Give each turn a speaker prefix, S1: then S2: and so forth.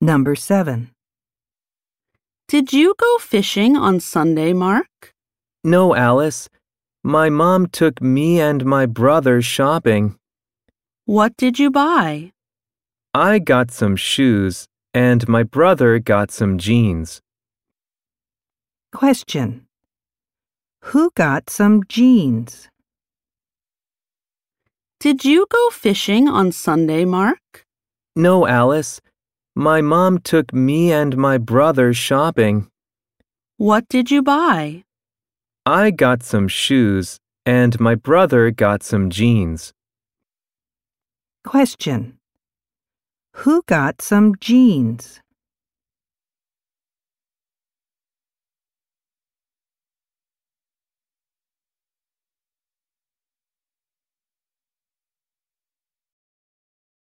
S1: Number 7.
S2: Did you go fishing on Sunday, Mark?
S3: No, Alice. My mom took me and my brother shopping.
S2: What did you buy?
S3: I got some shoes, and my brother got some jeans.
S1: Question. Who got some jeans?
S2: Did you go fishing on Sunday, Mark?
S3: No, Alice. My mom took me and my brother shopping.
S2: What did you buy?
S3: I got some shoes, and my brother got some jeans.
S1: Question. Who got some jeans?